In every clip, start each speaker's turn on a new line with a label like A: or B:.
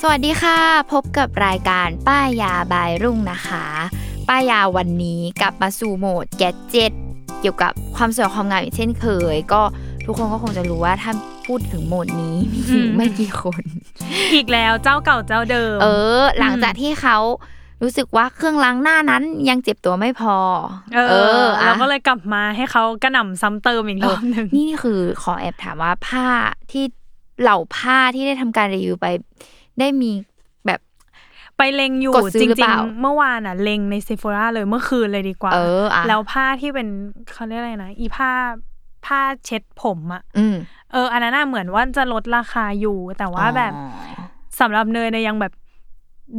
A: สวัสดีค่ะ พบกับรายการป้ายยาบายรุ่งนะคะ ป้ายยาวันนี้กลับมาสู่โหมดแกดเจ็ตเกี่ยวกับความสวยความงามอีกเช่นเคย ก็ทุกคนก็คงจะรู้ว่าถ้าพูดถึงโหมดนี้มีอยู่
B: อืม
A: ไม่กี่คน
B: อีกแล้วเจ้าเก่าเจ้าเดิม
A: เออ หลังจากที่เขารู้สึกว่าเครื่องล้างหน้านั้นยังเจ็บตัวไม่พอ
B: เออ
A: อะ
B: เราก็เลยกลับมาให้เขากระหน่ำซ้ำเติมอีกรอบหนึ่ง
A: นี่คือขอแอบถามว่าผ้าที่เหล่าผ้าที่ได้ทำการรีวิวไป ได้มีแบบ
B: ไปเลงอยู่
A: กดซื้อห
B: จริ
A: รือเป
B: ง
A: ล่า
B: ๆ เมื่อวานอ่ะเลงในเซฟ h o ร a เลยเมื่อคืนเลยดีกว่า
A: เอออ่ะ
B: แล้วผ้าที่เป็นเขาเรียกอะไรนะ อีผ้าผ้าเช็ดผมอ่ะ
A: อืม
B: เอออันนั้นน่ะเหมือนว่าจะลดราคาอยู่ แต่ว่าแบบ
A: อ๋อ
B: สำหรับเนยเนยยังแบบ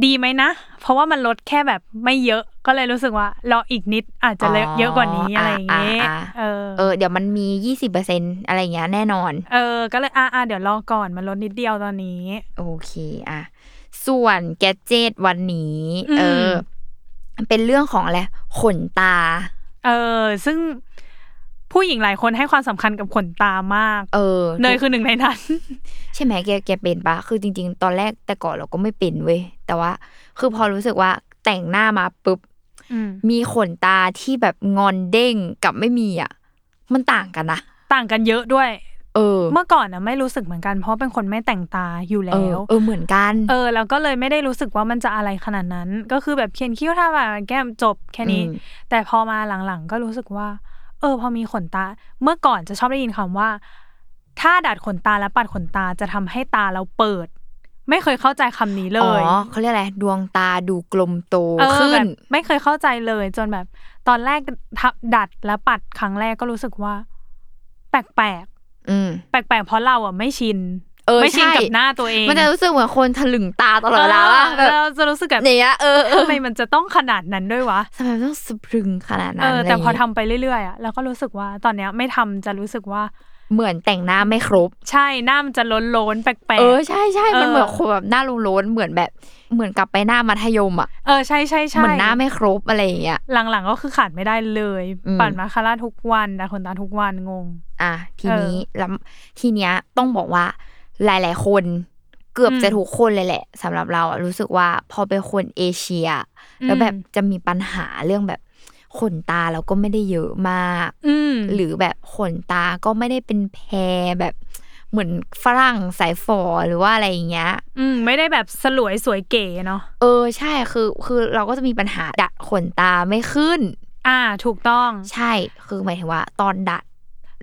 B: ดีไหมนะ เพราะว่ามันลดแค่แบบไม่เยอะก็เลยรู้สึกว่ารออีกนิดอาจจะเยอะกว่านี้อะไรอย่างเงี้ย
A: ะ
B: เออ
A: เออ เดี๋ยวมันมียี่สิบเปอร์เซ็นอะไรอย่างเงี้ยแน่นอน
B: เออ ก็เลยอ่าเดี๋ยวรอก่อนมันลดนิดเดียวตอนนี้
A: โอเคอ่ะส่วนแกดเจตวันนี้
B: อืม
A: เออ เป็นเรื่องของอะไรขนตา
B: เออ ซึ่งผู้หญิงหลายคนให้ความสำคัญกับขนตามาก
A: เออ
B: เนยคือหนึ่งในนั้น
A: ใช่ไหมแกแกเป็นปะคือจริง ๆ ตอนแรกแต่ก่อนเราก็ไม่เป็นเว้ยแต่ว่า คือพอรู้สึกว่าแต่งหน้ามาปุ๊บ มีขนตาที่แบบงอนเด้งกับไม่มีอ่ะ มันต่างกันนะ
B: ต่างกันเยอะด้วย
A: เออ
B: เมื่อก่อนนะไม่รู้สึกเหมือนกัน เพราะเป็นคนไม่แต่งตาอยู่
A: เอ
B: แล้
A: อ
B: ว
A: เออเหมือนกัน
B: เออ แล้วก็เลยไม่ได้รู้สึกว่ามันจะอะไรขนาดนั้น ก็คือแบบเขียนคิ้วทาปากแก้มจบแค่นี้
A: อืม
B: แต่พอมาหลังๆ ก็รู้สึกว่า เออ พอมีขนตา เมื่อก่อนจะชอบได้ยินคำว่า ถ้าดัดขนตาและปัดขนตาจะทำให้ตาเราเปิด ไม่เคยเข้าใจคำนี้เล
A: อ๋อย เขาเรียกอะไรดวงตาดูกลมโต
B: เออ
A: ขึ้
B: แบ
A: น
B: บไม่เคยเข้าใจเลย จนแบบ ตอนแรกทับดัดและปัดครั้งแรกก็รู้สึกว่า แปลกแปลก
A: อืม
B: ๆแปลกแปลกๆเพราะเราอ่ะไม่ชิน
A: เออ
B: ไม่ชิน
A: ใช่
B: กับหน้าตัวเอง
A: มันจะรู้สึกเหมือนคนถลึงตาตลอดเวลา
B: เ
A: ว่าแบบ
B: เราจะรู้สึกแบบ
A: เนี่ยเออเออ
B: ทำไมมันจะต้องขนาดนั้นด้วยวะ
A: ทำไมมันต้องสะพรึงขนาดนั้
B: เอน อ แต่
A: ะไร
B: พอย่าง ทำ
A: งี้
B: ไปเรื่อยๆอ่ะแล้วก็รู้สึกว่าตอนเนี้ยไม่ทำจะรู้สึกว่า
A: เหมือนแต่งหน้าไม่ครบ
B: ใช่หน้ามันจะล้นๆแปลกๆ
A: เออใช่ใช่มัน
B: เออ
A: เหมือนคนแบบหน้าโลนๆเหมือนแบบ เหมือนกลับไปหน้ามัธยมอ่ะ
B: เออใช่ใช่ใช่
A: เหมือนหน้าไม่ครบอะไรอย่างเงี้ย
B: หลังๆก็คือขาดไม่ได้เลย
A: อืม
B: ปั่นมาคาร่าทุกวันดัดขนตาทุกวันงง
A: อ่ะที
B: เออ
A: นี้แล้วทีเนี้ยต้องบอกว่าหลาย ๆ คนเกือบ
B: อืม
A: จะทุกคนเลยแหละสำหรับเราอะรู้สึกว่าพอเป็นคนเอเชีย แล้ว
B: อืม
A: แบบจะมีปัญหาเรื่องแบบขนตาเราก็ไม่ได้เยอะมาก
B: อืม
A: หรือแบบขนตาก็ไม่ได้เป็นแพรแบบเหมือนฝรั่งสายฝอหรือว่าอะไรอย่างเงี้ย
B: อืมไม่ได้แบบสลวยสวยเก๋เนาะ
A: เออใช่คือคือเราก็จะมีปัญหาดัดขนตาไม่ขึ้น
B: อ่า ถูกต้อง
A: ใช่คือหมายถึงว่า ตอนดัด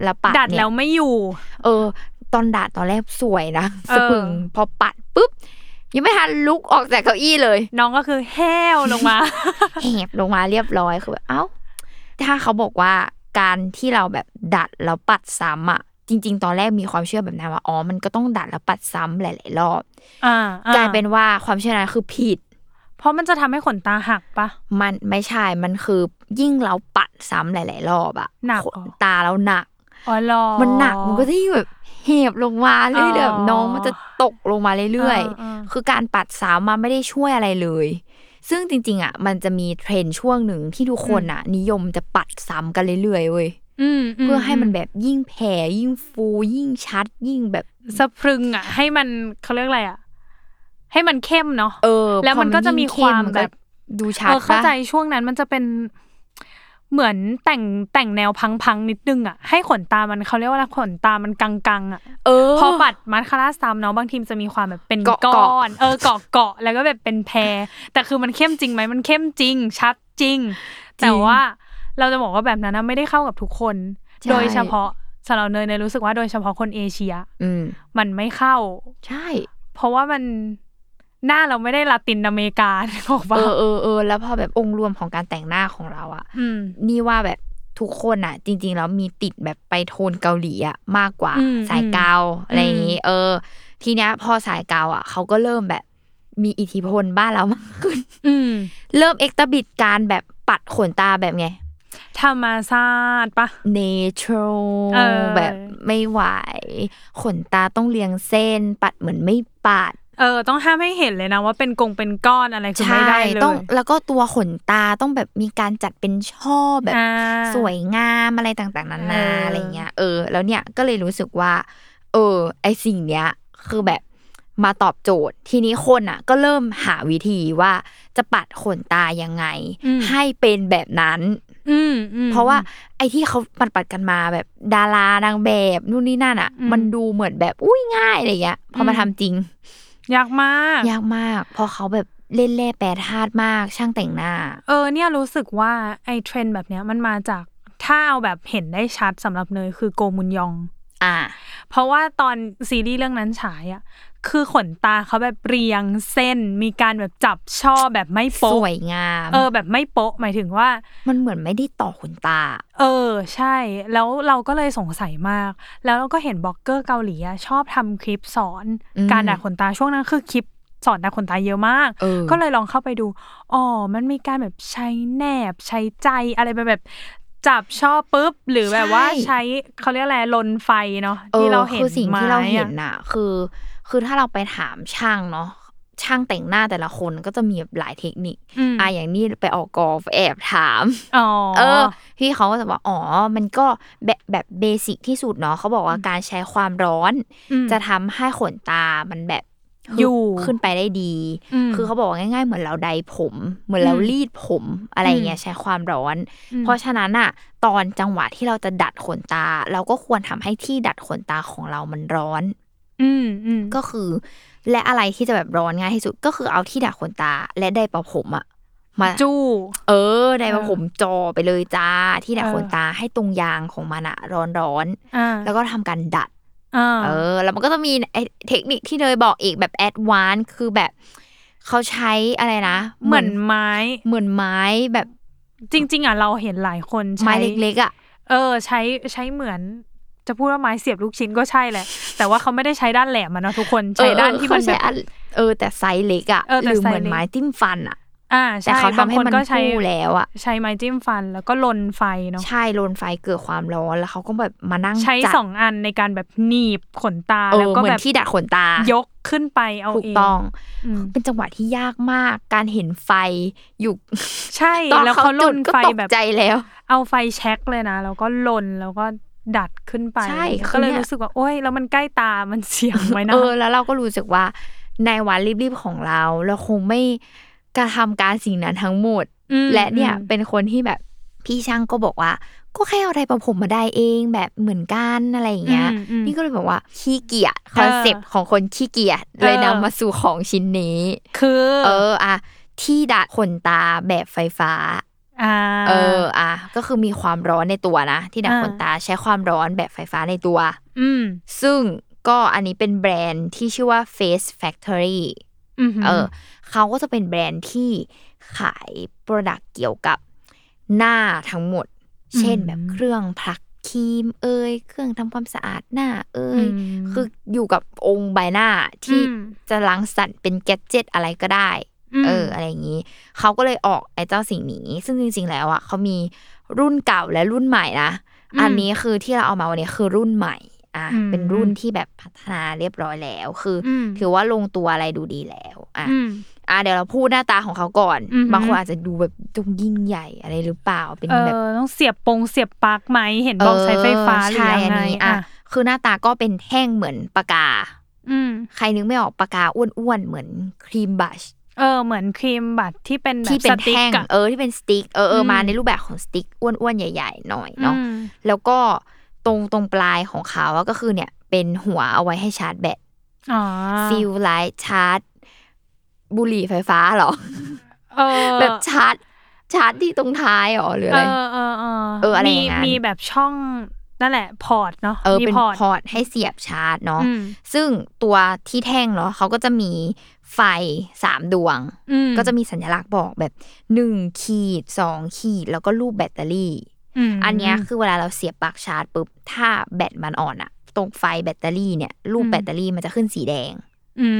A: แล้วปัด
B: ดัด
A: เนี่ย
B: แล้วไม่อยู่
A: เออ ตอนด่าตอนแรกสวยนะ
B: เออ
A: สะพรึงพอปัดปุ๊บ ยังไม่ทันลุกออกจากเก้าอี้เลย
B: น้องก็คือแห้วลงมา
A: แหบลงมาเรียบร้อยคือแบบเอ้า ถ้าเขาบอกว่าการที่เราแบบดัดแล้วปัดซ้ำอ่ะ จริง ๆ ตอนแรกมีความเชื่อแบบนั้นว่าอ๋อมันก็ต้องดัดแล้วปัดซ้ำหลายๆรอบ
B: อ่าก
A: ลายเป็นว่าความเชื่อนั้นคือผิด
B: เพราะมันจะทำให้ขนตาหักปะ
A: มันไม่ใช่มันคือยิ่งเราปัดซ้ำหลาย ๆ รอบอ่ะ
B: หนัก
A: ข
B: เหรอ
A: นตาเราหนัก
B: อ๋อหรอ
A: มันหนักมันก็จะยิ่งแบบเหบลงมาเรื่อยๆแบบน้องมันจะตกลงมาเรื่อย
B: อ่าอ่า
A: ๆ คือการปัดสาวมาไม่ได้ช่วยอะไรเลย ซึ่งจริงๆอ่ะมันจะมีเทรนด์ช่วงหนึ่งที่ทุกคนอ่ะ นิยมจะปัดซ้ำกันเรื่อยๆเว้ย
B: อืม
A: เพื่อให้มันแบบยิ่งแผ่ยิ่งฟูยิ่งชัด ยิ่งแบบ
B: สะพรึงอ่ะ ให้มันเขาเรียกอะไรอ่ะ ให้มันเข้มเนาะ
A: เออ
B: แล้วมันก็จะมีความ
A: นก็
B: แบบ
A: ดูชัด
B: เออเข้า
A: ปะ
B: ใจช่วงนั้นมันจะเป็นเหมือนแต่งแต่งแนวพังๆนิดนึงอ่ะให้ขนตามันเขาเรียกว่าอะไรขนตามันกังๆอ่ะ
A: เออ
B: พอปัดมัสคาร่าซ้ำเนาะบางทีมนจะมีความแบบเป็น
A: เกาะ
B: ก้
A: เกาะ
B: อนเออเกาะเกาะแล้วก็แบบเป็นแพร แต่คือมันเข้มจริงไหมมันเข้มจริง ชัดจริง แต่ว่าเราจะบอกว่าแบบนั้นนะไม่ได้เข้ากับทุกคน
A: ใช่
B: โดยเฉพาะสำหรับเนยเนยรู้สึกว่าโดยเฉพาะคนเอเชีย
A: อืม
B: มันไม่เข้า
A: ใช่
B: เพราะว่ามันหน้าเราไม่ได้ลาตินอเมริกา บอกว่า
A: เออเออเออแล้วพอแบบองค์รวมของการแต่งหน้าของเราอะ
B: อืม
A: นี่ว่าแบบทุกคนอะจริงๆแล้วมีติดแบบไปโทนเกาหลีอะมากกว่า
B: อืม
A: สายเกาอะไรอย่างงี้
B: อืม
A: เออ ทีเนี้ยพอสายเกาอะเขาก็เริ่มแบบมีอิทธิพลบ้านเรามากขึ้น
B: อืม
A: เริ่มเอ็กตบิดการแบบปัดขนตาแบบไง
B: ธรรมศาสตร์ปะ
A: natural
B: เออ
A: แบบไม่ไหว ขนตาต้องเรียงเส้น ปัดเหมือนไม่ปัด
B: เออ ต้องห้ามให้เห็นเลยนะว่าเป็นกงเป็นก้อนอะไรคือไม่ได้เลย
A: ต้องแล้วก็ตัวขนตาต้องแบบมีการจัดเป็นช่อแบบ
B: อ่า
A: สวยงามอะไรต่างๆนา
B: เอ
A: นา
B: ออ
A: อะไรเงี้ย เออ แล้วเนี่ยก็เลยรู้สึกว่า เออ ไอสิ่งเนี้ย คือแบบมาตอบโจทย์ ทีนี้คนอ่ะ ก็เริ่มหาวิธีว่าจะปัดขนตายังไง ให้เป็นแบบนั้น
B: อืมอืม
A: เพราะว่าไอที่เขาปัดปัดๆกันมาแบบดารานางแบบนู่นนี่นั่นอ่ะ
B: อืม
A: มันดูเหมือนแบบอุ้ยง่ายอะไรเงี้ยพอมา
B: อืม
A: ทำจริง
B: ยากมาก
A: ยากมาก เพอเขาแบบเล่นแร่แปรธาตุมากช่างแต่งหน้า
B: เออ เนี่ยรู้สึกว่าไอ้เทรนด์แบบเนี้ยมันมาจากถ้าเอาแบบเห็นได้ชัดสำหรับเนยคือโกมุนยอง
A: อ่า
B: เพราะว่าตอนซีรีส์เรื่องนั้นฉายอ่ะ คือขนตาเขาแบบเรียงเส้น มีการแบบจับช่อแบบไม่
A: ส
B: โป๊ะ
A: วยงาม
B: เออ แบบไม่โป๊ะหมายถึงว่า
A: มันเหมือนไม่ได้ต่อขนตา
B: เออ ใช่ แล้วเราก็เลยสงสัยมาก แล้วเราก็เห็นบล็อกเกอร์เกาหลีอะชอบทำคลิปสอน
A: อืม
B: การดัดขนตาช่วงนั้นคือคลิปสอนดัดขนตาเยอะมาก
A: เออ
B: ก็เลยลองเข้าไปดูอ๋อมันมีการแบบใช้แนบ ใช้ใจอะไรไปแบบ จับช่อปุ๊บ หรือแบบว่าใช้เขาเรียกอะไรลนไฟเนาะที่เราเห็น
A: คือสิ่งที่เราเห็น
B: ไม้อะ
A: น่ะ คือ คือถ้าเราไปถามช่างเนาะช่างแต่งหน้าแต่ละคนก็จะมีหลายเทคนิค
B: อืม
A: อ่ะอย่างนี้ไปออกกอล์ฟแอบถาม
B: อ๋อ
A: เออ พี่เขาก็จะบอกอ๋อ มันก็แบบแบบเบสิกที่สุดเนาะเขาบอกว่าการใช้ความร้อน
B: อืม
A: จะทำให้ขนตามันแบบฮึบ
B: อยู่
A: ขึ้นไปได้ดี
B: อืม
A: คือเขาบอกว่าง่ายๆ เหมือนเราไดผม เหมือนเรา
B: อืม
A: รีดผมอะไรอย่างเงี้ยใช้ความร้อน เพราะฉะนั้นอะตอนจังหวะที่เราจะดัดขนตา เราก็ควรทำให้ที่ดัดขนตาของเรามันร้อน
B: ืมอืม
A: ก็คือ และอะไรที่จะแบบร้อนง่ายที่สุดก็คือเอาที่ดัดขนตาและไดเป่าผมอะมา
B: จู้
A: เออไดเป่า
B: เออ
A: ผมจอไปเลยจ้า ที่ดัด
B: เออ
A: ขนตาให้ตรงยางของมันอะร้อน
B: อ่า
A: ๆแล้วก็ทำการดัด
B: อ่า
A: เออ แล้วมันก็จะมีไอ้เทคนิคที่เนยบอกอีกแบบแอดวานคือแบบเขาใช้อะไรนะ
B: เหมือนไม้
A: เหมือนไม้แบบ
B: จริง ๆอ่ะเราเห็นหลายคนใช้
A: ไม้เล็กๆอ่ะ
B: เออใช้ใช้เหมือนจะพูดว่าไม้เสียบลูกชิ้นก็ใช่ แหละ แต่ว่าเขาไม่ได้ใช้ด้านแหลมอะเนาะทุกคนใช้ด้านที่มัน
A: เออเออเขาใช้
B: แบบ
A: อันเออแต่ไซส์เล็กอ่ะ
B: เออแต่
A: หรือเหมือน
B: ไซส์เล็ก
A: ไม้จิ้มฟันอ่ะ
B: อ่า
A: แต่
B: ใช่
A: เขา
B: บาง
A: ทำให้
B: คน
A: มัน
B: ก็ใช้
A: คู่แล้วอะ
B: ใช้ไม้จิ้มฟันแล้วก็ลนไฟเนาะ
A: ใช่โลนไฟเกิดความร้อนแล้วเขาก็แบบมานั่ง
B: ใช้
A: จัด
B: สองอันในการแบบหนีบขนตา
A: เอ
B: แล้ว
A: อ
B: ก็
A: เหมือ
B: แบ
A: น
B: บ
A: ที่ดัดขนตาย
B: กขึ้นไปเอา
A: ถูก
B: เอง
A: ต้อง
B: อืม
A: เป็นจังหวะที่ยากมาก การเห็นไฟอยู่
B: ใช่
A: ตอน
B: แล้ว
A: เขา
B: เขาล
A: จุด
B: น
A: ก็
B: ไฟ
A: ตก
B: แบบ
A: ใจแล้ว
B: เอาไฟแช็กเลยนะแล้วก็ลนแล้วก็ดัดขึ้นไป
A: ใช่คื
B: ก็
A: อ
B: เล
A: เนี่ย ย
B: รู้สึกว่าโอ๊ยแล้วมันใกล้ตามันเสียงไว้นะ
A: เออแล้วเราก็รู้สึกว่าในวันรีบๆของเรา เราคงไม่กระทำการสิ่งนั้นทั้งหมด
B: ม
A: และเนี่ย
B: อืม
A: เป็นคนที่แบบพี่ช่างก็บอกว่า ก็แค่เอาไดประผมมาได้เองแบบเหมือนกันอะไรอย่างเงี้ย
B: อืมอืม
A: นี่ก็เลยบอกว่าขี้เกียจคอนเซปต์ของคนขี้เกียจเลย
B: เออ
A: นำมาสู่ของชิ้นนี้
B: คือ
A: เอออะที่ดัดขนตาแบบไฟฟ้า
B: อ่า
A: เอออะก็คือมีความร้อนในตัวนะ ที่ดัด
B: อ่า
A: ขนตาใช้ความร้อนแบบไฟฟ้าในตัว
B: อืม
A: ซึ่งก็อันนี้เป็นแบรนด์ที่ชื่อว่า Face Factory
B: อือหือ
A: เออเขาก็จะเป็นแบรนด์ที่ขายโปรดักต์เกี่ยวกับหน้าทั้งหมด
B: อืม
A: เช่นแบบเครื่องพักครีมเอ่ยเครื่องทำความสะอาดหน้าเอ่ย
B: อืม
A: คืออยู่กับองค์ใบหน้าที่
B: อืม
A: จะล้างสัตว์เป็นแกดเจิตอะไรก็ได้
B: ม
A: เอออะไรอย่างนี้ เขาก็เลยออกไอ้เจ้าสิ่งนี้ ซึ่งจริงๆแล้วอ่ะเขามีรุ่นเก่าและรุ่นใหม่นะ
B: อืม
A: อันนี้คือที่เราเอามาวันนี้คือรุ่นใหม่ อ่ะ
B: อืม
A: เป็นรุ่นที่แบบพัฒนาเรียบร้อยแล้ว คืออ
B: ม
A: ถือว่าลงตัวอะไรดูดีแล้ว อ่ะ
B: อืม
A: อ่ะเดี๋ยวเราพูดหน้าตาของเขาก่อน
B: อือหือ
A: บางคนอาจจะดูแบบจงยิ่งใหญ่อะไรหรือเปล่าเป็น
B: เอ
A: แบบ
B: อต้องเสียบปงเสียบปลั๊กไหมเห็นบอกใช้ไฟฟ้าหรือ
A: ใช่
B: ยังไง
A: นนี้
B: อ่ะ
A: อ่ะคือหน้าตาก็เป็นแท่งเหมือนปากกา
B: อืม
A: ใครนึกไม่ออกปากกาอ้วนๆ เหมือนครีมบัช
B: เออเหมือนครีมบัตรที่เป็นแบบ
A: ที่เป็นแท่ง
B: สติ๊กอะ
A: เออที่เป็นสติ๊กเออเอออ
B: ม
A: มาในรูปแบบของสติ๊กอ้วนๆ ใหญ่ๆ หน่อยเนาะ
B: อืม
A: แล้วก็ตรงตรงปลายของเขาอะก็คือเนี่ยเป็นหัวเอาไว้ให้ชาร์จแบต
B: อ๋อ
A: ฟิลไลท์ชาร์จ บุหรี่ไฟฟ้าเหรอ
B: เออ
A: แบบชาร์จชาร์จที่ตรงท้ายเหรอหรืออะ
B: เอ
A: ไร
B: อเออเออ
A: เอออะไรอ
B: มี
A: ย่างนั้น
B: มีแบบช่องนั่นแหละ พอร์ตเนาะ
A: เออ
B: มี
A: เป็น
B: พอร์ต
A: พอร์ตให้เสียบชาร์จเนาะ
B: อืม
A: ซึ่งตัวที่แท่งเนาะเขาก็จะมีไฟสามดวง
B: อืม
A: ก็จะมีสัญลักษณ์บอกแบบหนึ่งขีดสองขีด แล้วก็รูปแบตเตอรี่
B: ม
A: อันเนี้ยคือเวลาเราเสียบปลั๊กชาร์จปุ๊บถ้าแบตมันอ่อนอะตรงไฟแบตเตอรี่เนี่ยรูปแบตเตอรี่มันจะขึ้นสีแดง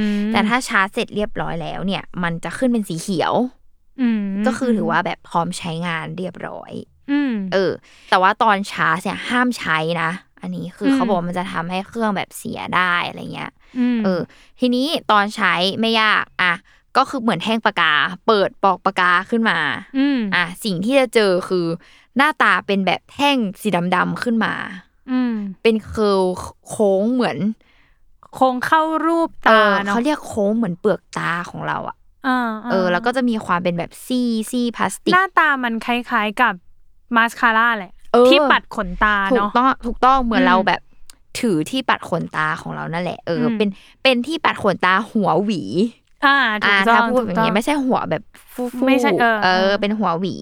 B: ม
A: แต่ถ้าชาร์จเสร็จเรียบร้อยแล้วเนี่ย มันจะขึ้นเป็นสีเขียว
B: อืม
A: ก็คือถือว่าแบบพร้อมใช้งานเรียบร้อย
B: อืม
A: เออ แต่ว่าตอนชาร์จเนี่ยห้ามใช้นะ อันนี้คืออ
B: ม
A: เขาบอกว่ามันจะทำให้เครื่องแบบเสียได้อะไรเงี้ย
B: ม
A: เออทีนี้ตอนใช้ไม่ยากอ่ะก็คือเหมือนแท่งปากกา เปิดปอกปากกาขึ้นมา
B: อืม
A: อ่ะสิ่งที่จะเจอคือหน้าตาเป็นแบบแท่งสีดำๆขึ้นมา
B: อืม
A: เป็นเคิร์ลโค้งเหมือน
B: คงเข้ารูป
A: เอ
B: ตา
A: อ
B: เนาะ
A: เขาเรียกโค้งเหมือนเปลือกตาของเราอ่ะ
B: อ่า
A: เออ แล้วก็จะมีความเป็นแบบซี่ซี่พลาสติ
B: ห
A: ก
B: น้าตามันคล้ายๆกับมาสคาร่าแหละ
A: เออ
B: ที่ปัดขนตา
A: ถูก
B: เนาะ
A: ต้องถูกต้องเหมือ
B: อื
A: น
B: ม
A: เราแบบถือที่ปัดขนตาของเรานั่นแหละเอออ
B: ม
A: เป็นเป็นที่ปัดขนตาหัวหวี
B: อ่าถูก
A: อ่า
B: ต้อง
A: ถ้าพูด
B: ถู
A: แบ
B: ก
A: บ
B: ต้อ
A: นี้
B: ง
A: ไม่ใช่หัวแบบฟูฟู
B: ไม่ใช่เออเออ
A: เป็นหัวหวี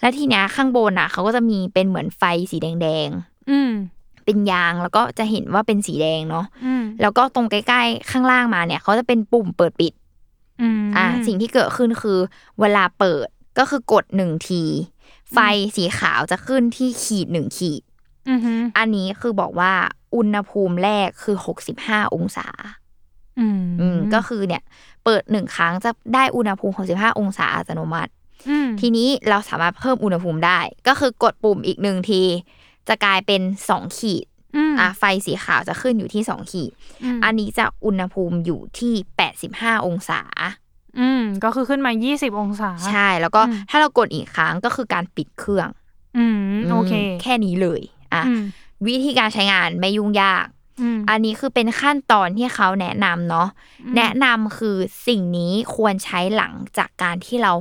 A: และทีเนี้ยข้างบนอ่ะเขาก็จะมีเป็นเหมือนไฟสีแดง
B: อืม
A: ๆ เป็นยางแล้วก็จะเห็นว่าเป็นสีแดงเนาะ
B: อืม
A: แล้วก็ตรงใกล้ๆ ข้างล่างมาเนี่ยเขาจะเป็นปุ่มเปิดปิด
B: อืม
A: อ่าสิ่งที่เกิดขึ้นคือ เวลาเปิดก็คือกดหนึ่งที ไฟสีขาวจะขึ้นที่ขีดหนึ่งขีด
B: อือหือ
A: อันนี้คือบอกว่าอุณหภูมิแรกคือ 65 องศา
B: อืม
A: อืมก็คือเนี่ยเปิดหนึ่งครั้งจะได้อุณหภูมิ 65 องศาอัตโนมัติ
B: อืม
A: ทีนี้เราสามารถเพิ่มอุณหภูมิได้ ก็คือกดปุ่มอีกหนึ่งที จะกลายเป็น 2 ขีด
B: อืม
A: อ่ะไฟสีขาวจะขึ้นอยู่ที่ 2 ขีด
B: ม
A: อันนี้จะอุณหภูมิอยู่ที่ 85 องศา
B: อืมก็คือขึ้นมายี่สิบองศา
A: ใช่ แล้วก็
B: อืม
A: ถ้าเรากดอีกครั้งก็คือการปิดเครื่อง
B: อืมโอเค
A: มแค่นี้เลยอ่ะ
B: อืม
A: วิธีการใช้งานไม่ยุ่งยาก
B: อืม
A: อันนี้คือเป็นขั้นตอนที่เขาแนะนำเนาะ
B: อืม
A: แนะนำคือสิ่งนี้ควรใช้หลังจากการที่เรา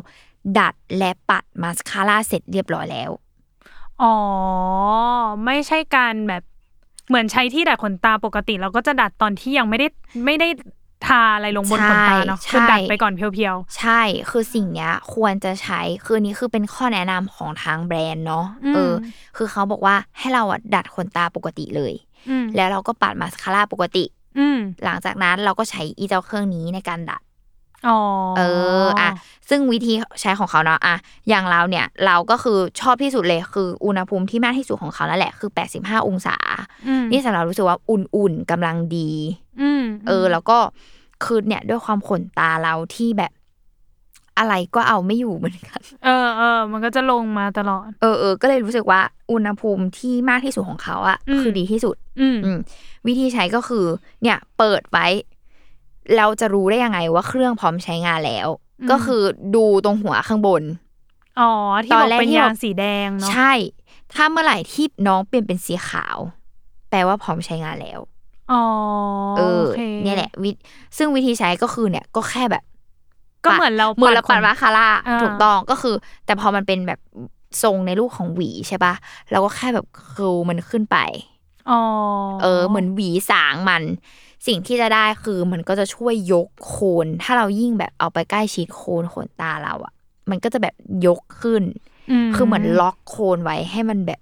A: ดัดและปัดมาสคาร่าเสร็จเรียบร้อยแล้ว
B: อ๋อ ไม่ใช่การแบบเหมือนใช้ที่ดัดขนตาปกติ เราก็จะดัดตอนที่ยังไม่ได้ไม่ได้ทาอะไรลงบน
A: ใช่
B: ขนตาเนาะ
A: ใช่
B: คือดัดไปก่อนเพียว
A: ใช่ คือสิ่งเนี้ยควรจะใช้ คือนี้คือเป็นข้อแนะนำของทางแบรนด์เนาะ
B: ๆ
A: เออ
B: ม
A: คือเขาบอกว่าให้เราอะดัดขนตาปกติเลย
B: อืม
A: แล้วเราก็ปัดมาสคาร่าปกติ
B: อืม
A: หลังจากนั้นเราก็ใช้อีเจ้าเครื่องนี้ในการดัด
B: อ๋อ
A: เอออ่ะซึ่งวิธีใช้ของเขาเนาะอ่ะอย่างเราเนี่ยเราก็คือชอบที่สุดเลยคืออุณหภูมิที่มากที่สุดของเขานั่นแหละคือ 85 องศา
B: อืม
A: นี่สำหรับรู้สึกว่าอุ่นๆกำลังดี
B: อืม
A: เออ แล้วก็คือเนี่ยด้วยความขนตาเราที่แบบ อะไรก็เอาไม่อยู่เหมือนกัน
B: เออเออมันก็จะลงมาตลอด
A: เออเออก็เลยรู้สึกว่าอุณหภูมิที่มากที่สุดของเขาอะ
B: อืม
A: คือดีที่สุด
B: อืม
A: อืมวิธีใช้ก็คือ เนี่ยเปิดไว้ เราจะรู้ได้ยังไงว่าเครื่องพร้อมใช้งานแล้ว ก็คือดูตรงหัวข้างบน
B: อ๋อที่
A: ต
B: บ
A: อ
B: อน ก
A: แรก
B: เป็น
A: ที่
B: ยา
A: เรา
B: งสีแดงเนาะ
A: ใช่ ถ้าเมื่อไหร่ที่น้องเปลี่ยนเป็นสีขาว แปลว่าพร้อมใช้งานแล้ว
B: อ๋อ
A: เออ
B: โค
A: เนี่ยแหละวิซึ่งวิธีใช้ก็คือเนี่ยก็แค่แบบ
B: ก็เหมือนเรา
A: เหมือนเราปัด
B: ข
A: วาคาร่า
B: อ่า
A: ถูกต้องก็คือ แต่พอมันเป็นแบบทรงในรูปของหวีใช่ปะเราก็แค่แบบคืลมันขึ้นไป
B: อ๋อ
A: เออ เหมือนหวีสางมัน สิ่งที่จะได้คือมันก็จะช่วยยกโคน ถ้าเรายิ่งแบบเอาไปใกล้ชิดโคนขนตาเราอะมันก็จะแบบยกขึ้น คือเหมือนล็อกโคนไว้ให้มันแบบ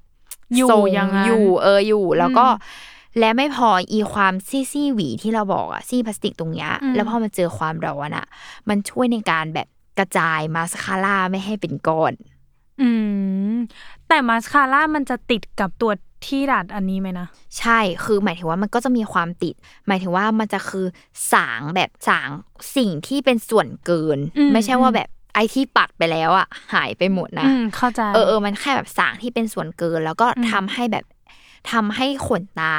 B: อยู่
A: ทรง
B: อย่างนั้น
A: อยู่ เอออยู่ แล้วก็
B: อื
A: และไม่พออีความซี่ซี่หวีที่เราบอกอะซี่พลาสติกตรงเนี้ย
B: อืม
A: แล้วพอมันเจอความร้อนอะมันช่วยในการแบบกระจายมาสคาร่าไม่ให้เป็นก้อน
B: อืม แต่มาสคาร่ามันจะติดกับตัวที่ดัดอันนี้ไหมนะ
A: ใช่ คือหมายถึงว่ามันก็จะมีความติด หมายถึงว่ามันจะคือสางแบบสางสิ่งที่เป็นส่วนเกิน
B: อืม
A: ไม่ใช่ว่า
B: อืม
A: แบบไอที่ปัดไปแล้วอะหายไปหมดนะ
B: อืม เข้าใจ
A: เออเออมันแค่แบบสางที่เป็นส่วนเกิน แล้วก็
B: อืม
A: ทำให้แบบทำให้ขนตา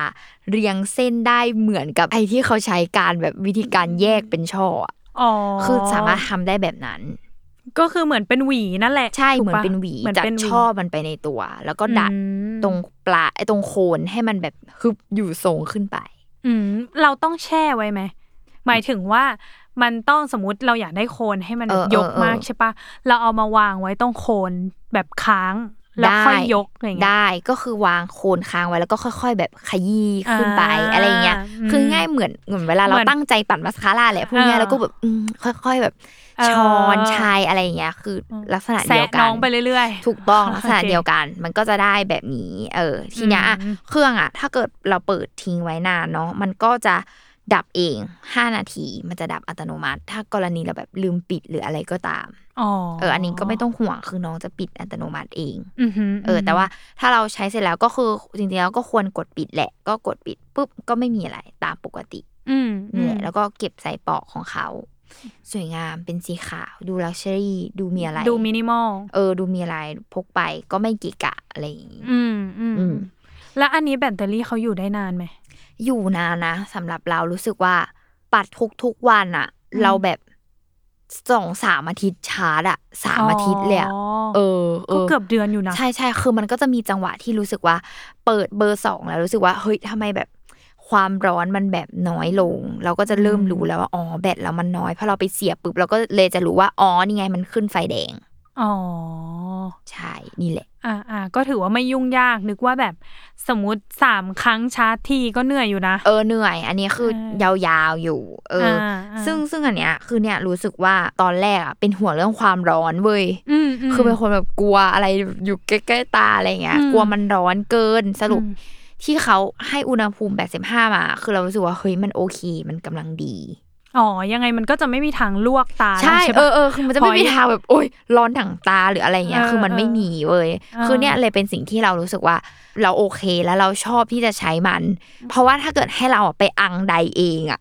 A: เรียงเส้นได้เหมือนกับไอที่เขาใช้การแบบวิธีการแยกเป็นช่ออะ
B: อ๋อ
A: คือสามารถทำได้แบบนั้น
B: ก็คือเหมือนเป็นหวีนั่นแหละ
A: ใช่
B: ถูก
A: เหมือน
B: ปะ
A: เป็นหวี
B: เหมือน
A: จาก
B: เป็นหวี
A: ช่อมันไปในตัว แล้วก็ดัด
B: อืม
A: ตรงปลาไอ้ตรงโคนให้มันแบบฮึบอยู่ทรงขึ้นไป
B: อืมเราต้องแช่ไว้ไหมหมายถึงว่ามันต้องสมมติเราอยากได้โคนให้มัน
A: เออเออย
B: กมาก
A: เออ
B: ใช่ปะเราเอามาวางไว้ตรงโคนแบบค้างแล้วค่อย
A: ได้
B: ยกอย่างเงี้ย
A: ได้ก็คือวางโคนค้างไว้แล้วก็ค่อยๆ แบบขยี้ขึ้นไป
B: อ่า
A: อะไรเงี้ย
B: อืม
A: คือง่ายเหมือนเหมือนเวลาเรา
B: เหมือน
A: ตั้งใจปั่นมาสคาร่าแหละพวกเนี้ย
B: อ่า
A: แล้วก็แบบอืมค่อย ๆ แบบ
B: เออ
A: ช้อนชายอะไรเงี้ย คือลักษณะเดียว
B: แซะ
A: กัน
B: น้องไปเรื่อยๆ
A: ถูกต้องลักษณะ
B: โอค
A: เดียวกัน มันก็จะได้แบบนี้ เออ ทีเนี้ยอะ
B: อืม
A: เครื่องอะถ้าเกิดเราเปิดทิ้งไว้นานเนาะมันก็จะดับเอง 5 นาที มันจะดับอัตโนมัติ ถ้ากรณีเราแบบลืมปิดหรืออะไรก็ตาม
B: อ๋อ
A: เออ อันนี้ก็ไม่ต้องห่วงคือน้องจะปิดอัตโนมัติเอง
B: อือหื
A: เออ แต่ว่าถ้าเราใช้เสร็จแล้วก็คือจริงๆแล้วก็ควรกดปิดแหละ ก็กดปิดปุ๊บก็ไม่มีอะไรตามปกติ
B: อืม
A: นี่แหละแล้วก็เก็บใส่ปลอกของเขา สวยงามเป็นสีขาว ดูลักชัวรี่ดูมีอะไร
B: ดูมินิมอล
A: เออดูมีอะไรพกไปก็ไม่กิกะอะไรอย่างงี้
B: อืมอื
A: อื
B: ม
A: ม
B: แล้วอันนี้แบตเตอรี่เขาอยู่ได้นานไหม
A: อยู่นานนะสำหรับเรารู้สึกว่าปัดทุกทุกๆวันอะเราแบบสองสามอาทิตย์ชาร์จอะสามอาทิตย์เลยอะ
B: อ๋อ
A: เออ
B: ก็เกือบเดือนอยู่นะ
A: ใช่ใช่คือมันก็จะมีจังหวะที่รู้สึกว่า เปิดเบอร์สองแล้วรู้สึกว่าเฮ้ยทำไมแบบ ความร้อนมันแบบน้อยลง เราก็จะเริ่ม
B: อืม
A: รู้แล้วว่าอ๋อแบตเรามันน้อยเพราะเราไปเสียบปุ๊บเราก็เลยจะรู้ว่าอ๋อนี่ไงมันขึ้นไฟแดง
B: อ๋อ
A: ใช่นี่แหละ
B: อ่าอ่าก็ถือว่าไม่ยุ่งยากนึกว่าแบบสมมติสามครั้งชาร์จทีก็เหนื่อยอยู่นะ
A: เออเหนื่อย อันนี้คือ
B: เอย
A: า
B: อ
A: วๆอยู่ เออ
B: าอ่า
A: ซึ่งซึ่งอันเนี้ยคือเนี่ยรู้สึกว่าตอนแรกอ่ะเป็นห่วงเรื่องความร้อนเว้ย
B: อืมม
A: คือเป็นคนแบบกลัวอะไรอยู่ใกล้ๆตาอะไรเงี้ย
B: อืม
A: กลัวมันร้อนเกินสรุป
B: อืม
A: ที่เขาให้อุณหภูมิ 85 มา คือเรารู้สึกว่าเฮ้ยมันโอเคมันกำลังดี
B: อ๋อ ยังไงมันก็จะไม่มีทางลวกตา
A: ใช่
B: แล้วปะ
A: เออเออคือมันจะไม่มี
B: พอย
A: ทางแบบโอ๊ยร้อนถังตาหรืออะไรเงี้ย
B: เออ
A: คือมันไม่มีเว้ย
B: เออ
A: คือเนี่ยเลยเป็นสิ่งที่เรารู้สึกว่าเราโอเคแล้วเราชอบที่จะใช้มัน เพราะว่าถ้าเกิดให้เราอะไปอังใดเองอ่ะ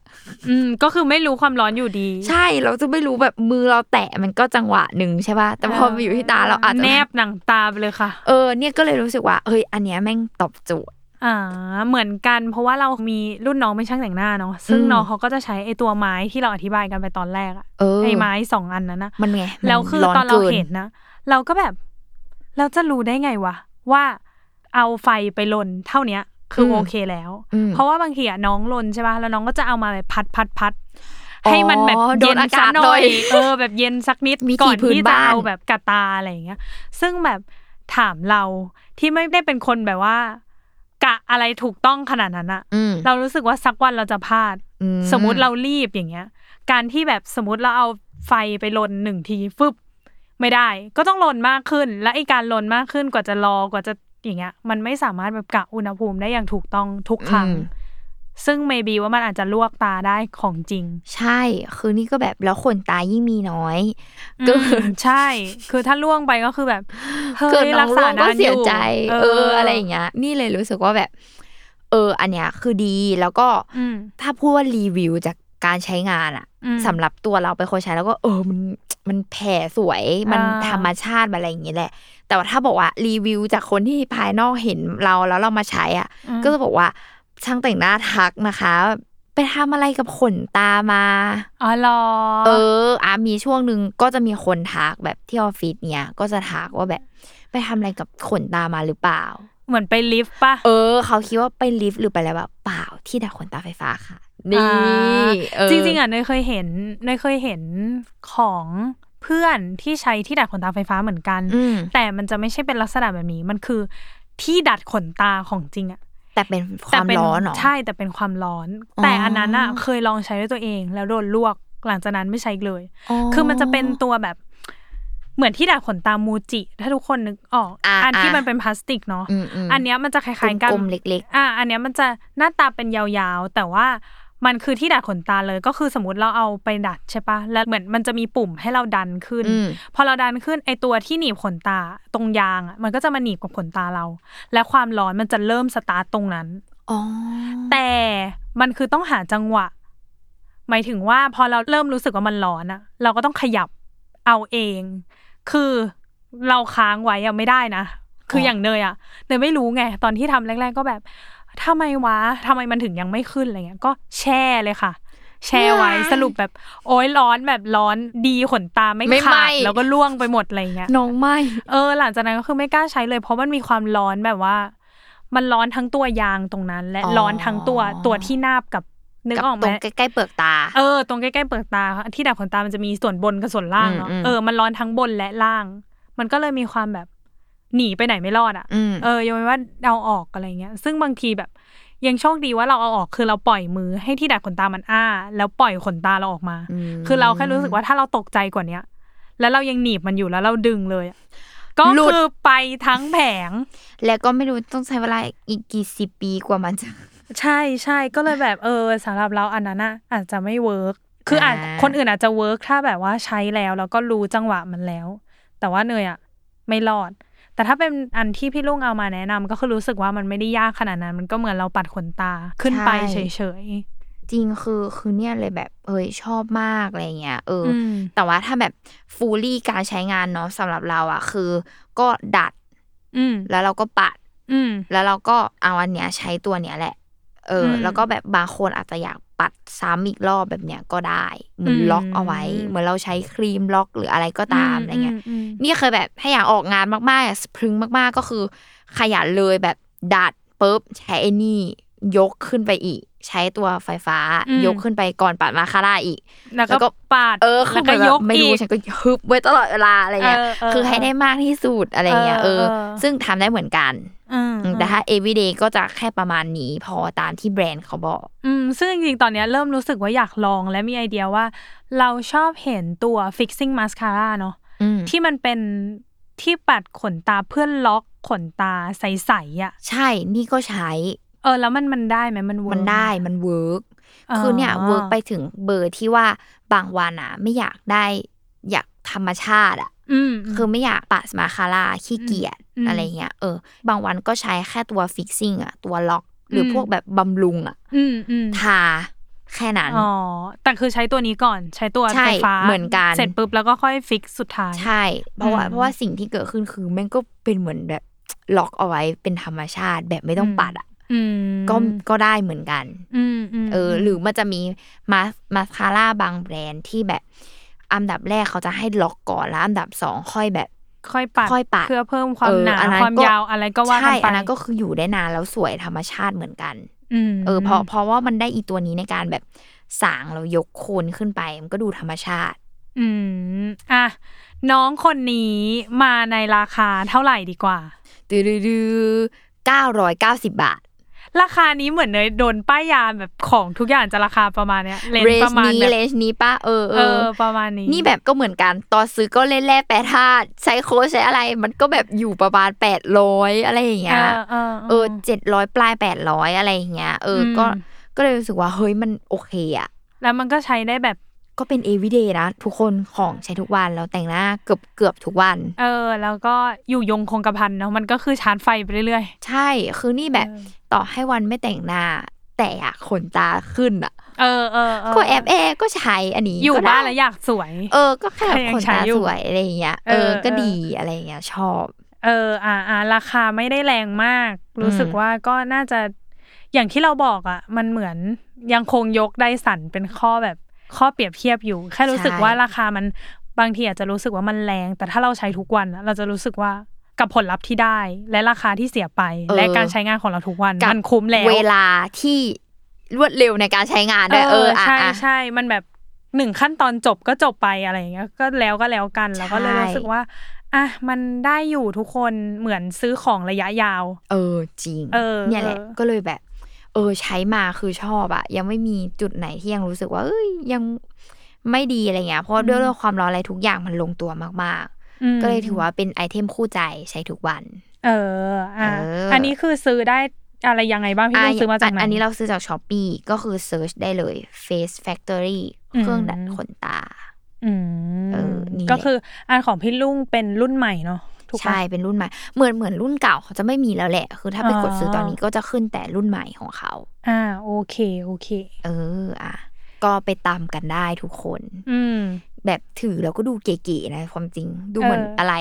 B: อืมก็คือไม่รู้ความร้อนอยู่ดี
A: ใช่เราจะไม่รู้แบบมือเราแตะมันก็จังหวะหนึ่งใช่ป่ะแต่พอมาอยู่ที่ตาเราอาจจะ
B: แนบหนังตาไปเลยค่ะ
A: เออเนี่ยก็เลยรู้สึกว่าเฮ้ยอันเนี้ยแม่งตอบโจทย์
B: อ่าเหมือนกันเพราะว่าเรามีรุ่นน้องเป็นช่างแต่งหน้าเนาะซึ่ง
A: อืม
B: น้องเขาก็จะใช้ไอตัวไม้ที่เราอธิบายกันไปตอนแรกอะ
A: เออ
B: ไอไม้สองอันนั้นนะ
A: มันไงมั
B: แล้วคือตอนเราเห็นนะ เราก็แบบ เราจะรู้ได้ไงวะว่าเอาไฟไปลนเท่าเนี้ย คือโอเคแล้ว
A: อืม
B: เพราะว่าบางทีอะน้องลนใช่ป่ะแล้วน้องก็จะเอามาแบบพัดพัดพัด
A: อ๋อ
B: ให้มันแบบ
A: โด
B: เย็
A: น
B: น
A: อา
B: สั
A: กาศ
B: กห
A: หน่
B: น่อ
A: อย
B: ยเออแบบเย็นสักนิด
A: วิถี
B: ก่อน
A: พื้น
B: ที่จะ
A: บ้าน
B: เอาแบบกระตาอะไรอย่างเงี้ย ซึ่งแบบถามเราที่ไม่ได้เป็นคนแบบว่า กะอะไรถูกต้องขนาดนั้นอะ
A: อืม
B: เรารู้สึกว่าสักวันเราจะพลาด
A: อื
B: สมมติเรารีบอย่างเงี้ย การที่แบบสมมติเราเอาไฟไปลนหนึ่งทีฟึบไม่ได้ ก็ต้องลนมากขึ้น และไอการลนมากขึ้นกว่าจะรอกว่าจะอย่างเงี้ย มันไม่สามารถแบบกะอุณหภูมิได้อย่างถูกต้องทุกครั้ง
A: อืม
B: ซึ่ง maybe ว่ามันอาจจะลวกตาได้ของจริง
A: ใช่คือนี่ก็แบบแล้วขนตายิ่งมีน้อย ก็คืออื
B: มใช่ คือถ้าล่วงไปก็คือแบบฮ้ย
A: เกิดน้
B: รั
A: อง
B: ษา
A: ร่วงก็
B: นานอ
A: เสียใจ เออ อะไรอย่างเงี้ย นี่เลยรู้สึกว่าแบบ เออ อันเนี้ยคือดีแล้วก็
B: อืม
A: ถ้าพูดว่ารีวิวจากการใช้งานอะ
B: อืม
A: สำหรับตัวเราเป็นคนใช้แล้วก็เออมันมันแผ่สวยมัน
B: อ่า
A: ธรรมชาติมันอะไรอย่างเงี้ยแหละ แต่ว่าถ้าบอกว่ารีวิวจากคนที่ภายนอกเห็นเราแล้วเรามาใช้อ่ะ ก็จะบอกว่าช่างแต่งหน้าทักนะคะ ไปทำอะไรกับขนตามา
B: อ๋อเหรอ
A: เอออ่ะมีช่วงหนึ่งก็จะมีคนทักแบบที่ออฟฟิศเนี่ย ก็จะทักว่าแบบ ไปทำอะไรกับขนตามาหรือเปล่า
B: เหมือนไปลิฟต์ป่ะ
A: เออ เขาคิดว่าไปลิฟต์หรือไปอะไรแบบเปล่าที่ดัดขนตาไฟฟ้าค่ะนี่
B: อ่า
A: เออ
B: จริงๆอ่ะเนยเคยเห็นเนยเคยเห็นของเพื่อนที่ใช้ที่ดัดขนตาไฟฟ้าเหมือนกัน
A: อืม
B: แต่มันจะไม่ใช่เป็นลักษณะแบบนี้ มันคือที่ดัดขนตาของจริงอ่ะ
A: แต่เป็นค
B: แต่
A: วาม
B: เป็น
A: ร้อนเหรอ
B: ใช่แต่เป็นความร้อน
A: อ๋อ
B: แต่อันนั้นอ่ะเคยลองใช้ด้วยตัวเอง แล้วโดนลวกหลังจากนั้นไม่ใช้อีกเลย คือมันจะเป็นตัวแบบเหมือนที่ดัดขนตามูจิ ถ้าทุกคนนึกออก
A: อ่า
B: อันที่
A: อ่ามั
B: มันเป็นพลาสติกเนาะ
A: มม
B: อันเนี้ยมันจะคล้ายๆกัน
A: กลมๆเล็ก
B: อ่ะอันเนี้ยมันจะหน้าตาเป็นยาวๆ แต่ว่ามันคือที่ดัดขนตาเลย ก็คือสมมติเราเอาไปดัดใช่ปะแล้วเหมือนมันจะมีปุ่มให้เราดันขึ้น
A: อืม
B: พอเราดันขึ้นไอตัวที่หนีบขนตาตรงยางอ่ะมันก็จะมาหนีบกับขนตาเรา และความร้อนมันจะเริ่มสตาร์ตตรงนั้น
A: อ๋อ
B: แต่มันคือต้องหาจังหวะ หมายถึงว่าพอเราเริ่มรู้สึกว่ามันร้อนอะเราก็ต้องขยับเอาเอง คือเราค้างไว้อะไม่ได้นะ คือ
A: อ
B: อ
A: อ
B: ย่างเนยอะเนยไม่รู้ไง ตอนที่ทำแรก ๆ ก็แบบทำไมวะทำไมมันถึงยังไม่ขึ้นอะไรเงี้ย ก็แช่เลยค่ะ แช่ไว้สรุปแบบโอ้ยร้อนแบบร้อนดีขนตาไม่
A: ไม่ไหม้
B: ขาดแล้วก็ล่วงไปหมดอะไรเงี้ย
A: น้องไม่
B: เออหลังจากนั้นก็คือไม่กล้าใช้เลย เพราะมันมีความร้อนแบบว่า มันร้อนทั้งตัวยางตรงนั้น และ
A: อ๋อ
B: ร้อนทั้งตัวตัวที่นาบกับนึก
A: กับ
B: ออกไห
A: ต
B: ม
A: รงใกล้ๆเปลือกตา
B: เออตรงใกล้ๆเปลือกตาที่ดับขนตามันจะมีส่วนบนกับส่วนล่างเนาะ
A: อืมอืม
B: เออมันร้อนทั้งบนและล่าง มันก็เลยมีความแบบหนีไปไหนไม่รอดอ่ะ
A: อืม
B: เออยกเว้นว่าเอาออกอะไรเงี้ย ซึ่งบางทีแบบ ยังโชคดีว่าเราเอาออกคือเราปล่อยมือให้ที่ดัดขนตามันอ้า แล้วปล่อยขนตาเราออกมา
A: อืม
B: คือเราแค่รู้สึกว่าถ้าเราตกใจกว่าเนี้ย แล้วเรายังหนีบมันอยู่แล้วเราดึงเลยอะก็คือไปทั้งแผง
A: แล้วก็ไม่รู้ต้องใช้เวลาอีกกี่สิบปีกว่ามันจะ
B: ใช่ใช่ก็เลยแบบเออสำหรับเราอันนั้นอะอาจจะไม่เวิร์กคืออาจ
A: อ่า
B: คนอื่นอาจจะเวิร์กถ้าแบบว่าใช้แล้วแล้วก็รู้จังหวะมันแล้ว แต่ว่าเนยอะไม่รอด แต่ถ้าเป็นอันที่พี่ลุงเอามาแนะนำก็คือรู้สึกว่ามันไม่ได้ยากขนาดนั้น มันก็เหมือนเราปัดขนตาขึ้นไปเฉย
A: จริงคือคือเนี่ยเลยแบบเอ้ยชอบมากอะไรเงี้ยเอ
B: ๆ
A: อ
B: อื
A: อ
B: ม
A: แต่ว่าถ้าแบบฟูลี่การใช้งานเนาะสำหรับเราอะคือก็ดัด
B: อืม
A: แล้วเราก็ปัด
B: อืม
A: แล้วเราก็เอาอันเนี้ยใช้ตัวเนี้ยแหละ เอออ
B: ม
A: แล้วก็แบบบางคนอาจจะอยากปัดซ้ำอีกรอบแบบเนี้ยก็ได้เหมือน
B: อืม
A: ล็อกเอาไว้ เหมือนเราใช้ครีมล็อกหรืออะไรก็ตามอะไรเงี้ย
B: มอืม
A: นี่เคยแบบถ้าอยากออกงานมากๆอยากสะพรึงมากๆก็คือ ขยันเลยแบบดัดปุ๊บใช้ไอ้นี่ ยกขึ้นไปอีก ใช้ตัวไฟฟ้า
B: อืม
A: ยกขึ้นไปก่อนปัดมาคาร่าอีก
B: แล้ว
A: แล้วก็
B: ก็ปาด
A: เออคื
B: แล้ว
A: อ
B: ก็
A: แบ
B: ย
A: บ
B: ก
A: ไม่
B: อี
A: รู้
B: ก
A: ฉันก็ฮึบไว้ตลอดเวลาอะไรเงี้ย
B: เออเออ
A: คือให้ได้มากที่สุดอะไรเงี้ย
B: เอ
A: เอ
B: อ
A: อ
B: เออ
A: ซึ่งทำได้เหมือนกัน
B: อืม
A: แต่ถ้า everyday ก็จะแค่ประมาณนี้พอตามที่แบรนด์เขาบอก
B: อืมซึ่งจริงๆ ตอนเนี้ยเริ่มรู้สึกว่าอยากลองและมีไอเดียว่า เราชอบเห็นตัว fixing mascara เนาะ
A: อืม
B: ที่มันเป็นที่ปัดขนตาเพื่อล็อกขนตาใสๆอะ่ะ
A: ใช่นี่ก็ใช้
B: เออ แล้วมันมันได้ไหมมันเวิร์ก
A: มันได้มันเวิร์ก คือเนี่ยเวิร์กไปถึงเบอร์ที่ว่าบางวันอ่ะไม่อยากได้อยากธรรมชาติอ่ะ
B: อืม
A: คือไม่อยากปะสมาคาราขี้เกียจ
B: อืม
A: อะไรเงี้ยเออบางวันก็ใช้แค่ตัวฟิกซิ่งอ่ะ ตัวล็อก หรืออ
B: ม
A: พวกแบบบำรุงอ่ะ
B: อืมอืม
A: ทาแค่นั้น
B: อ๋อ แต่คือใช้ตัวนี้ก่อนใช้ตัว
A: ใช่
B: ไฟฟ้า
A: เหมือนกัน
B: เสร็จปุ๊บแล้วก็ค่อยฟิกสุดท้าย
A: ใช่ เพราะว่า
B: อืม
A: เพราะว่าสิ่งที่เกิดขึ้นคือแม่งก็เป็นเหมือนแบบล็อกเอาไว้เป็นธรรมชาติแบบไม่ต้อง
B: อืม
A: ปัดอ่ะ
B: อืม
A: ก็ก็ได้เหมือนกัน
B: อืมอืม
A: เออหรือมันจะมีมามาคาร่าบางแบรนด์ที่แบบ อันดับแรกเขาจะให้ล็อกก่อนแล้วอันดับสองค่อยแบบ
B: ค่อยปัด
A: ค่อยปัด
B: เพื่อเพิ่มความ
A: เออ
B: หนา
A: อันนั้น
B: ความ
A: ก็
B: ยาวอะไรก็ว่ากัน
A: ใช่
B: ไป
A: อันนั้นก็คืออยู่ได้นานแล้วสวยธรรมชาติเหมือนกัน
B: ม
A: เออเพราะเพราะว่ามันได้อีตัวนี้ในการแบบสางเรายกโคนขึ้นไป มันก็ดูธรรมชาติ
B: อืม อ่ะ น้องคนนี้มาในราคาเท่าไหร่ดีกว่า
A: ดื้อเก้าร้อยเก้าสิบบาท
B: ราคานี้เหมือนเนยโดนป้ายยาแบบของทุกอย่างจะราคาประมาณเนี้ยเลน
A: เรน
B: ประมาณ
A: นี้
B: แบบ
A: เรนนี้ป้าเออ
B: เออ ประมาณนี้
A: นี่แบบก็เหมือนกันตอนซื้อก็เล่นแร่แปรธาตุใช้โค้ดใช้อะไร มันก็แบบอยู่ประมาณแปดร้อยอะไรอย่างเงี้
B: เอย อเออ
A: เออเจ็ดร้อยปลายแปดร้อยอะไรอย่างเงี้ยเอออ
B: ม
A: ก็ก็เลยรู้สึกว่าเฮ้ยมันโอเคอ่ะ
B: แล้วมันก็ใช้ได้แบบ
A: ก็เป็น everyday นะ ทุกคนของใช้ทุกวันเราแต่งหน้าเกือบเกือบทุกวัน
B: เออ แล้วก็อยู่ยงคงกระพันเนาะ มันก็คือชาร์จไฟไปเรื่อย
A: ใช่คือนี่แบบต่อให้วันไม่แต่งหน้า แต่อยากขนตาขึ้นอ่ะ
B: ๆ เออเออเ
A: ก็แอบแอบก็ใช้อันนี้
B: อยู่
A: ก็ได้
B: บ้านแล้วอยากสวย
A: เออก็แค่แบบขนตา
B: ใช้อยู่
A: สวยอะไรอย่างเงี้ย
B: เอ
A: เอ
B: อ
A: อก็
B: เออ
A: ดีอะไรอย่างเงี้ยชอบ
B: เอออ่าอ่าราคาไม่ได้แรงมาก รู้สึก
A: อืม
B: ว่าก็น่าจะอย่างที่เราบอกอะ่ะ มันเหมือนยังคงยกไดสันเป็นข้อแบบข้อเปรียบเทียบอยู่ แค่รู้สึกว่าราคามันบางทีอาจจะรู้สึกว่ามันแรง แต่ถ้าเราใช้ทุกวันอะเราจะรู้สึกว่ากับผลลัพธ์ที่ได้ และราคาที่เสียไป
A: เออ
B: และการใช้งานของเราทุกวัน
A: กับ
B: มันคุ้มแล้ว
A: เวลาที่รวดเร็วในการใช้งานด้วยเอออ่ะ
B: ใช่
A: อ่ะ
B: ใช่มันแบบหนึ่งขั้นตอนจบก็จบไปอะไรอย่างเงี้ยก็แล้วก็แล้วกันแล้วก็เลย
A: ใช่
B: รู้สึกว่าอ่ะมันได้อยู่ทุกคนเหมือนซื้อของระยะยาว
A: เออจริง
B: เออย
A: แหละ
B: เออ
A: ก็เลยแบบ เออใช้มาคือชอบอะยังไม่มีจุดไหนที่ยังรู้สึกว่าเอ้ยยังไม่ดีอะไรเงี้ยเพราะด้วยความร้อนอะไรทุกอย่างมันลงตัวมาก
B: อืม
A: ๆ ก็เลยถือว่าเป็นไอเทมคู่ใจใช้ทุกวัน
B: เออ อ่ะ
A: เอออั
B: อันนี้คือซื้อได้อะไรยังไงบ้างพี่ลูกซื้อมาจากไหน
A: อันนี้เราซื้อจากช้อปปีก็คือเซิร์ชได้เลย Face Factory
B: อืม
A: เครื่องดัดขนตา
B: อืม
A: เออนี่แหละ
B: ก็คืออันของพี่ลุงเป็นรุ่นใหม่เนาะถูกปะ
A: ใช่เป็นรุ่นใหม่ เหมือนเหมือนรุ่นเก่าเขาจะไม่มีแล้วแหละ คือถ้าไป
B: อ๋อ
A: กดซื้อตอนนี้ก็จะขึ้นแต่รุ่นใหม่ของเขา
B: อ่า โอเค โอเค
A: เอออ่ะก็ไปตามกันได้ทุกคน
B: อืม
A: แบบถือแล้วก็ดูเก๋ๆนะความจริงดูเหมือน
B: เอออ
A: อะไร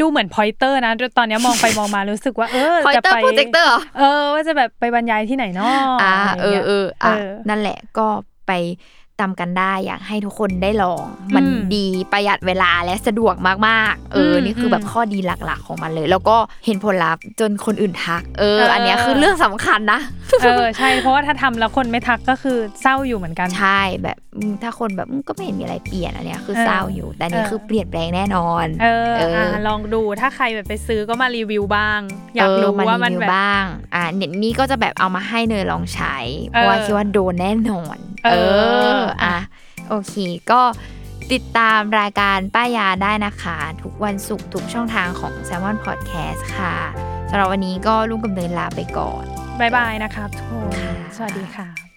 B: ดูเหมือนพอยเตอร์นะตอนเนี้ยมองไป มองมารู้สึกว่า เออ
A: พอย
B: จะ
A: เตอ
B: ไป
A: ร์โปรเจคเตอร์
B: เออ ว่าจะแบบไปบรรยายที่ไหนเนาะ
A: อ่า
B: ะ
A: เอ
B: ไร
A: อย่าง
B: งี้ย
A: เอออ่ะ
B: เออ
A: นั่นแหละก็ไป ไปตำกันได้อยากให้ทุกคนได้ลอง มัน
B: อืม
A: ดีประหยัดเวลาและสะดวกมากๆ เอออ
B: ม
A: นี่คือแบบข้อดีหลักๆของมันเลย แล้วก็เห็นผลลัพธ์จนคนอื่นทัก เออ
B: เอออั
A: อันเนี้ยคือเรื่องสำคัญนะ
B: เออใช่เพราะว่าถ้าทำแล้วคนไม่ทักก็คือเศร้าอยู่เหมือนกัน
A: ใช่แบบอืมถ้าคนแบบอืมก็ไม่เห็นมีอะไรเปลี่ยนอันเนี้ยคือ
B: เออ
A: เศร้าอยู่ แต่อันนี่
B: เออ
A: คือเปลี่ยนแปลงแน่นอน
B: เออ
A: เอออ่
B: อ่ะลองดูถ้าใครแบบไปซื้อก็มารีวิวบ้าง อยากรู้
A: เ
B: ว่ามัน
A: รีวิ
B: แบบ
A: บ้าง อ่าเน็ตนี่ก็จะแบบเอามาให้เนยลองใช้ เพราะว่า
B: เออ
A: คิดว่าโดนแน่นอน
B: เออ
A: เออ อ่ะ โอเค ก็ติดตามรายการป้ายาได้นะคะ ทุกวันศุกร์ทุกช่องทางของ s ซ l m o n Podcast ค่ะสำหรับวันนี้ก็ลุงกับเนยลาไปก่อน
B: บายบายนะครับทุกคน
A: ค่ะ
B: สวัสดีครับ